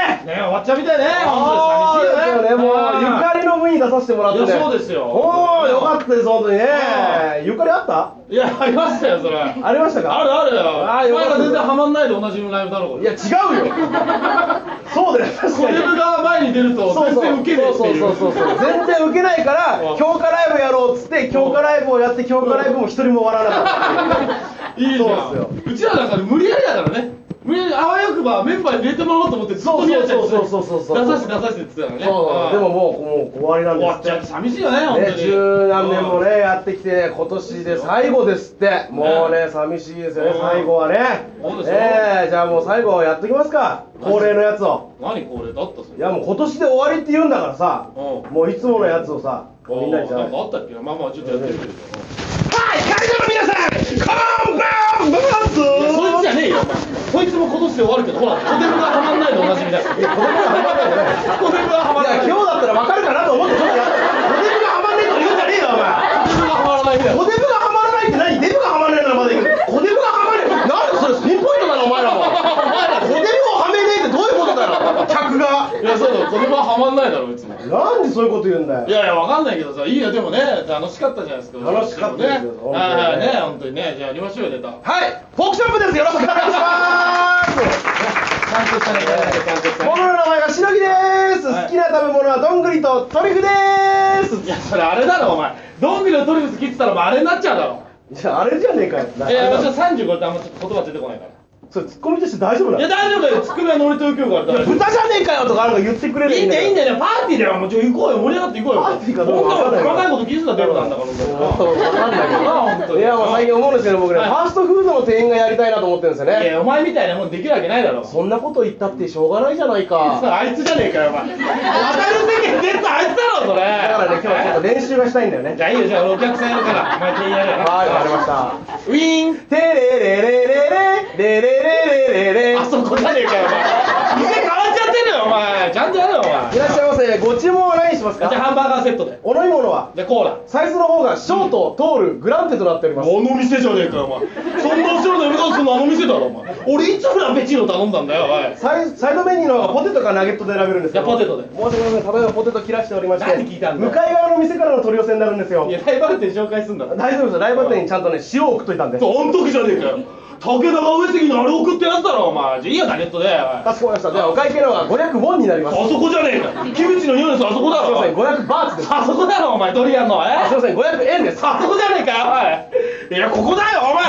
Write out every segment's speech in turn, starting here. ちゃみたいね。本当に寂しいよね。ね、もう、ゆんかりの V 出させてもらって、ね。いやそうですよおお、よかったです、本当にねは。ゆかりあった。いや、ありましたよ、それ。あるありましたか。あるあーよ。よおかっ前たが全然ハマんないで同じライブだろ、こいや、違れ。うよ。そうだよ、確小かデに。ブが前に出るとそう全そう然ウケねえっていう。そうそうそうそう全然ウケないから強化ライブやろうっつって強化ライブをやって強化ライブも一人も笑わなかったっていういいじゃんそうでうちらなんか無理やりだからね無理やりあわよくばメンバーに入れてもらおうと思ってずっとそうそう宮ちゃんにそうそうそうそう出させて出させてって言ってたからねそうでももうもう終わりなん終でわすっっちてゃって寂しいよね本当ねに十何年もねやってきて今年で最後ですってもうね寂しいですよねうん最後はねそうですよええじゃあもう最後やっときますか恒例のやつを何これだったそれいやもう今年で終わりって言うんだからさうんもういつものやつをさみんなにじゃなあんかあったっけまあまあちょっとやってみるけどはい会場の皆さんこんばんいやそいはつじゃねえよお前そいつも今年で終わるけどほら小デブがはまんないでおなじみだ小デブがいやはまらない小デ今日だったら分かるかなと思ってちょっとやったおデブがハマんねえとか言うんじゃねえよお前ブがはまらないみたいなおデブがハマらないって何デブがハマらないならまだいいけどおデブがハマらないなんでそれピンポイントなのお前らもおデブをはめねえってどういうことだろ客がいやそうだ子供ははまんないだろいつもなんでそういうこと言うんだよいやいや、わかんないけどさ、いいよ、でもね、楽しかったじゃないですか。楽しかったですよね。はい、ね、本本当にね、じゃあ、やりましょうよ、ネタ。ちはいフォークショップですよろしくお願いしますゃんとしたネタやって、ちゃんとしたネ僕の名前がしのぎです、はい好きな食べ物はどんぐりとトリュフですタ。いや、それあれだろ、お前。どんぐりのトリュフ好きって言ったら、もうあれになっちゃうだろ。じゃああれじゃねえかよいや、私は三十超えて、あんまちょっと言葉出てこないから。いそれツッコミとして大丈夫なのや、大丈夫だよ、ツッコミはノリと勢いがあるから。豚じゃねえかよとかあるの言ってくれるいいんだよ、いいんだよだよ、パーティーだよ、もうちょ、行こうよ、盛り上がって行こうよ。パーティーかどうかわかこんなんないの細かいこと気づたデブなんだから、みたいわかんないけど な。本当にいやもう最近思うんですけど僕ね、はいファーストフードの店員がやりたいなと思ってるんですよいねや、お前みたいなもんできるわけないだろ。そんなこと言ったってしょうがないじゃないかあいつじゃねえかよ、お前。渡る世間全部あいつだろ、だそれ。からね今日はちょっと練習がしたいんだよじねゃあいいよ、じゃあ俺お客さんやるから、お前店員やるよ。はいわかりましたウィーン。テレレレレレレレレレレレあそこじゃねえかよ、お前。店変わっちゃってるよ、お前。ちゃんとやれよ、お前。いじゃらっしゃいませご注文は何にしますあかハンバーガーセットで。お飲み物はじゃあコーラ。サイズの方がショート、トール、グランテとなっておりますあの店じゃねえかよ、お前。そんなおしゃれな呼び方するのあの店だろ、お前。俺いつフラペチーノ頼んだんだよ、おい。サイサイドメニューの方がポテトかナゲットで選べるんですけどじゃあポテトで申し訳ございませんただいまポテト切らしておりまして何聞いたんだよ向かい側の店からの取り寄せになるんですよいや、ライバル店紹介すんだろ。大丈夫ですよライブ店にちゃんとね塩を送っといたんであん時じゃねえかよ。武田が上杉のあれ送ってやつだろ、お前。じゃあいいよ、ナゲットで。おいかしこまりましたではお会計の方が500ウォンになりますすあそこじゃねえか。キムチのヨネスあそこだいませんろ。 500バーツですあそこだろ、お前、ドリアンの。えすいません500円ですあそこじゃねえかよおいいやここだよお前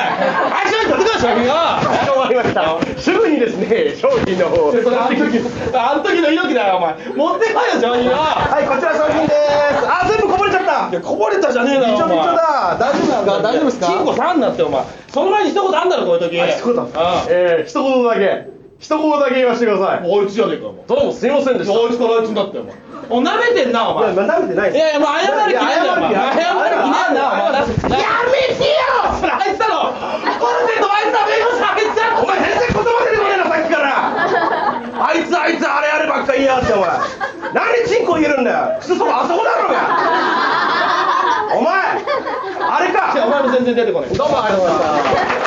会社に立てこい商品が終わりましたすぐにですね商品の方それあん時あん時の猪木だよお前持ってこいよ商品がはいこちら商品ですあ全部こぼれちゃったびちいやこぼれたじゃねえだろょびちょお前だ大丈夫ですか大丈夫ですか金庫3になってお前その前に一言あんだろこういう時あ一言ああえー一言だけ一言だけ言わせてくださいおいあいつじゃねえかお前どうもすいませんでいやあいつからあいつになってお前おなめてんなおいや前舐めてないいやいやもう謝る気ねえんだよお前いや謝る気ねえんだよお前謝る気やめてよそれあいつだろコルセントあいつだ弁護士あいつだお前全然言葉出てこねえなさっきからあいつあいつあれあればっか言いやがってお前何チンコ入れるんだよ靴底あそこだろうがお前あれおか前も全然出てこないどうもありがとうございました